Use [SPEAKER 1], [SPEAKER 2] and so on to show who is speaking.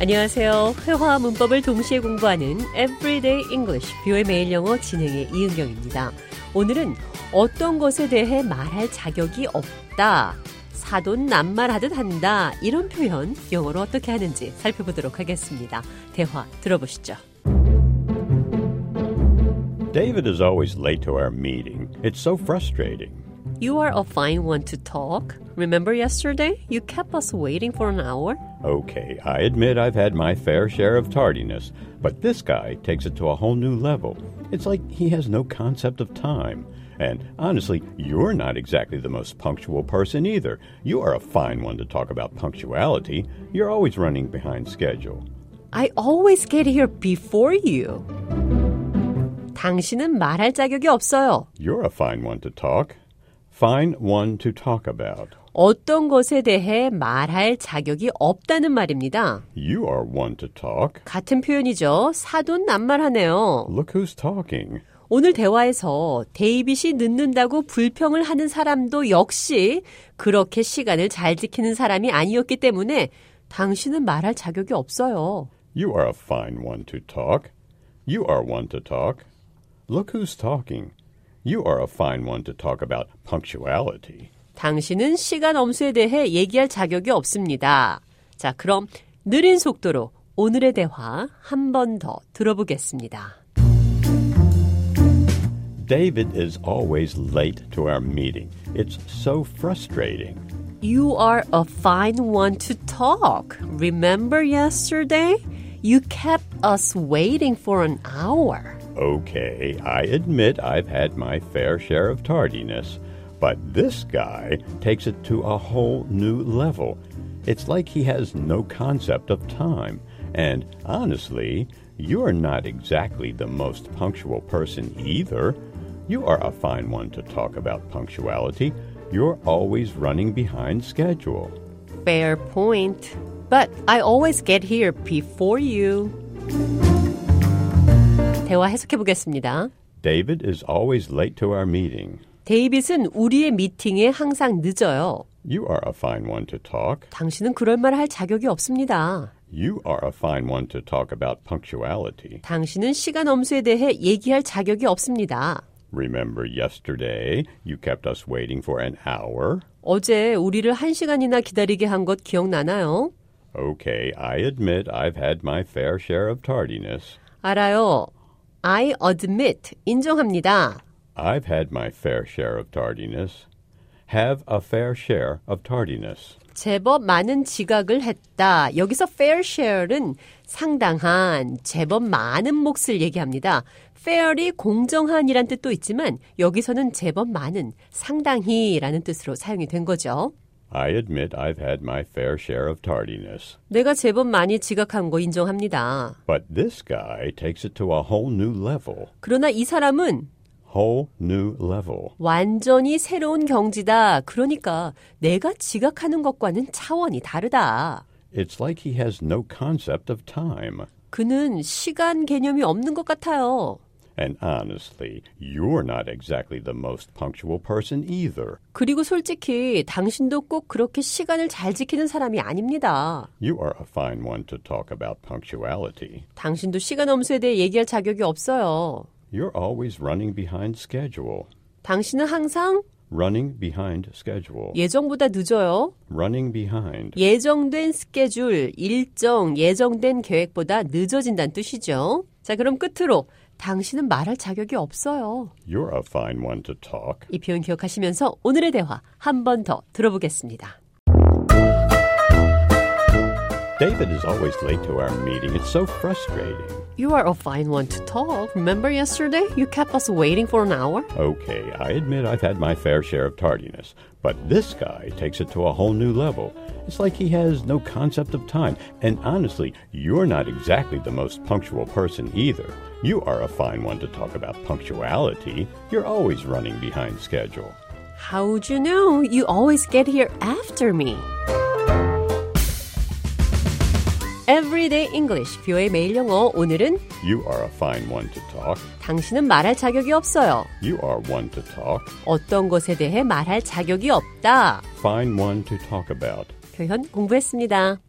[SPEAKER 1] 안녕하세요. 회화와 문법을 동시에 공부하는 Everyday English, 뷰의 매일 영어 진행의 이은경입니다. 오늘은 어떤 것에 대해 말할 자격이 없다, 사돈 남말하듯 한다, 이런 표현 영어로 어떻게 하는지 살펴보도록 하겠습니다. 대화 들어보시죠.
[SPEAKER 2] David is always late to our meeting. It's so frustrating.
[SPEAKER 1] You are a fine one to talk. Remember yesterday? You kept us waiting for an hour?
[SPEAKER 2] Okay, I admit I've had my fair share of tardiness, but this guy takes it to a whole new level. It's like he has no concept of time. And honestly, you're not exactly the most punctual person either. You are a fine one to talk about punctuality. You're always running behind schedule.
[SPEAKER 1] I always get here before you. 당신은 말할 자격이 없어요.
[SPEAKER 2] You're a fine one to talk. Fine one to talk about.
[SPEAKER 1] 어떤 것에 대해 말할 자격이 없다는 말입니다.
[SPEAKER 2] You are one to talk.
[SPEAKER 1] 같은 표현이죠. 사돈 낱말하네요.
[SPEAKER 2] Look who's talking.
[SPEAKER 1] 오늘 대화에서 데이빗이 늦는다고 불평을 하는 사람도 역시 그렇게 시간을 잘 지키는 사람이 아니었기 때문에 당신은 말할 자격이 없어요.
[SPEAKER 2] You are a fine one to talk. You are one to talk. Look who's talking. You are a fine one to talk about punctuality.
[SPEAKER 1] 당신은 시간 엄수에 대해 얘기할 자격이 없습니다. 자, 그럼 느린 속도로 오늘의 대화 한 번 더 들어보겠습니다.
[SPEAKER 2] David is always late to our meeting. It's so frustrating.
[SPEAKER 1] You are a fine one to talk. Remember yesterday? You kept us waiting for an hour.
[SPEAKER 2] Okay, I admit I've had my fair share of tardiness, but this guy takes it to a whole new level. It's like he has no concept of time. And honestly, you're not exactly the most punctual person either. You are a fine one to talk about punctuality. You're always running behind schedule.
[SPEAKER 1] Fair point. But I always get here before you. 대화 해석해 보겠습니다.
[SPEAKER 2] David is always late to our meeting.
[SPEAKER 1] 데이빗은 우리의 미팅에 항상 늦어요.
[SPEAKER 2] You are a fine one to talk.
[SPEAKER 1] 당신은 그럴 말 할 자격이 없습니다.
[SPEAKER 2] You are a fine one to talk about punctuality.
[SPEAKER 1] 당신은 시간 엄수에 대해 얘기할 자격이 없습니다.
[SPEAKER 2] Remember yesterday you kept us waiting for an hour?
[SPEAKER 1] 어제 우리를 한 시간이나 기다리게 한 것 기억나나요?
[SPEAKER 2] Okay, I admit I've had my fair share of tardiness.
[SPEAKER 1] 알아요. I admit. 인정합니다.
[SPEAKER 2] I've had my fair share of tardiness. Have a fair share of tardiness.
[SPEAKER 1] 제법 많은 지각을 했다. 여기서 fair share는 상당한, 제법 많은 몫을 얘기합니다. fair이 공정한이란 뜻도 있지만 여기서는 제법 많은, 상당히라는 뜻으로 사용이 된 거죠.
[SPEAKER 2] I admit I've had my fair share of tardiness.
[SPEAKER 1] 내가 제법 많이 지각한 거 인정합니다.
[SPEAKER 2] But this guy takes it to a whole new level.
[SPEAKER 1] 그러나 이 사람은
[SPEAKER 2] Whole new level.
[SPEAKER 1] 완전히 새로운 경지다. 그러니까 내가 지각하는 것과는 차원이 다르다.
[SPEAKER 2] It's like he has no concept of time.
[SPEAKER 1] 그는 시간 개념이 없는 것 같아요.
[SPEAKER 2] And honestly, you're not exactly the most punctual person either.
[SPEAKER 1] 그리고 솔직히 당신도 꼭 그렇게 시간을 잘 지키는 사람이 아닙니다.
[SPEAKER 2] You are a fine one to talk about punctuality.
[SPEAKER 1] 당신도 시간 엄수에 대해 얘기할 자격이 없어요.
[SPEAKER 2] You're always running behind schedule.
[SPEAKER 1] 당신은 항상
[SPEAKER 2] Running behind schedule.
[SPEAKER 1] 예정보다 늦어요.
[SPEAKER 2] Running behind.
[SPEAKER 1] 예정된 스케줄, 일정, 예정된 계획보다 늦어진다는 뜻이죠. 자, 그럼 끝으로 당신은 말할 자격이 없어요.
[SPEAKER 2] You're a fine one to talk.
[SPEAKER 1] 이 표현 기억하시면서 오늘의 대화 한 번 더 들어보겠습니다.
[SPEAKER 2] David is always late to our meeting. It's so frustrating.
[SPEAKER 1] You are a fine one to talk. Remember yesterday? You kept us waiting for an hour?
[SPEAKER 2] Okay, I admit I've had my fair share of tardiness, but this guy takes it to a whole new level. It's like he has no concept of time. And honestly, you're not exactly the most punctual person either. You are a fine one to talk about punctuality. You're always running behind schedule.
[SPEAKER 1] How'd you know? You always get here after me. Everyday English, 뷰의 매일 영어. 오늘은
[SPEAKER 2] You are a fine one to talk.
[SPEAKER 1] 당신은 말할 자격이 없어요.
[SPEAKER 2] You are one to talk.
[SPEAKER 1] 어떤 것에 대해 말할 자격이 없다.
[SPEAKER 2] Fine one to talk about.
[SPEAKER 1] 표현 공부했습니다.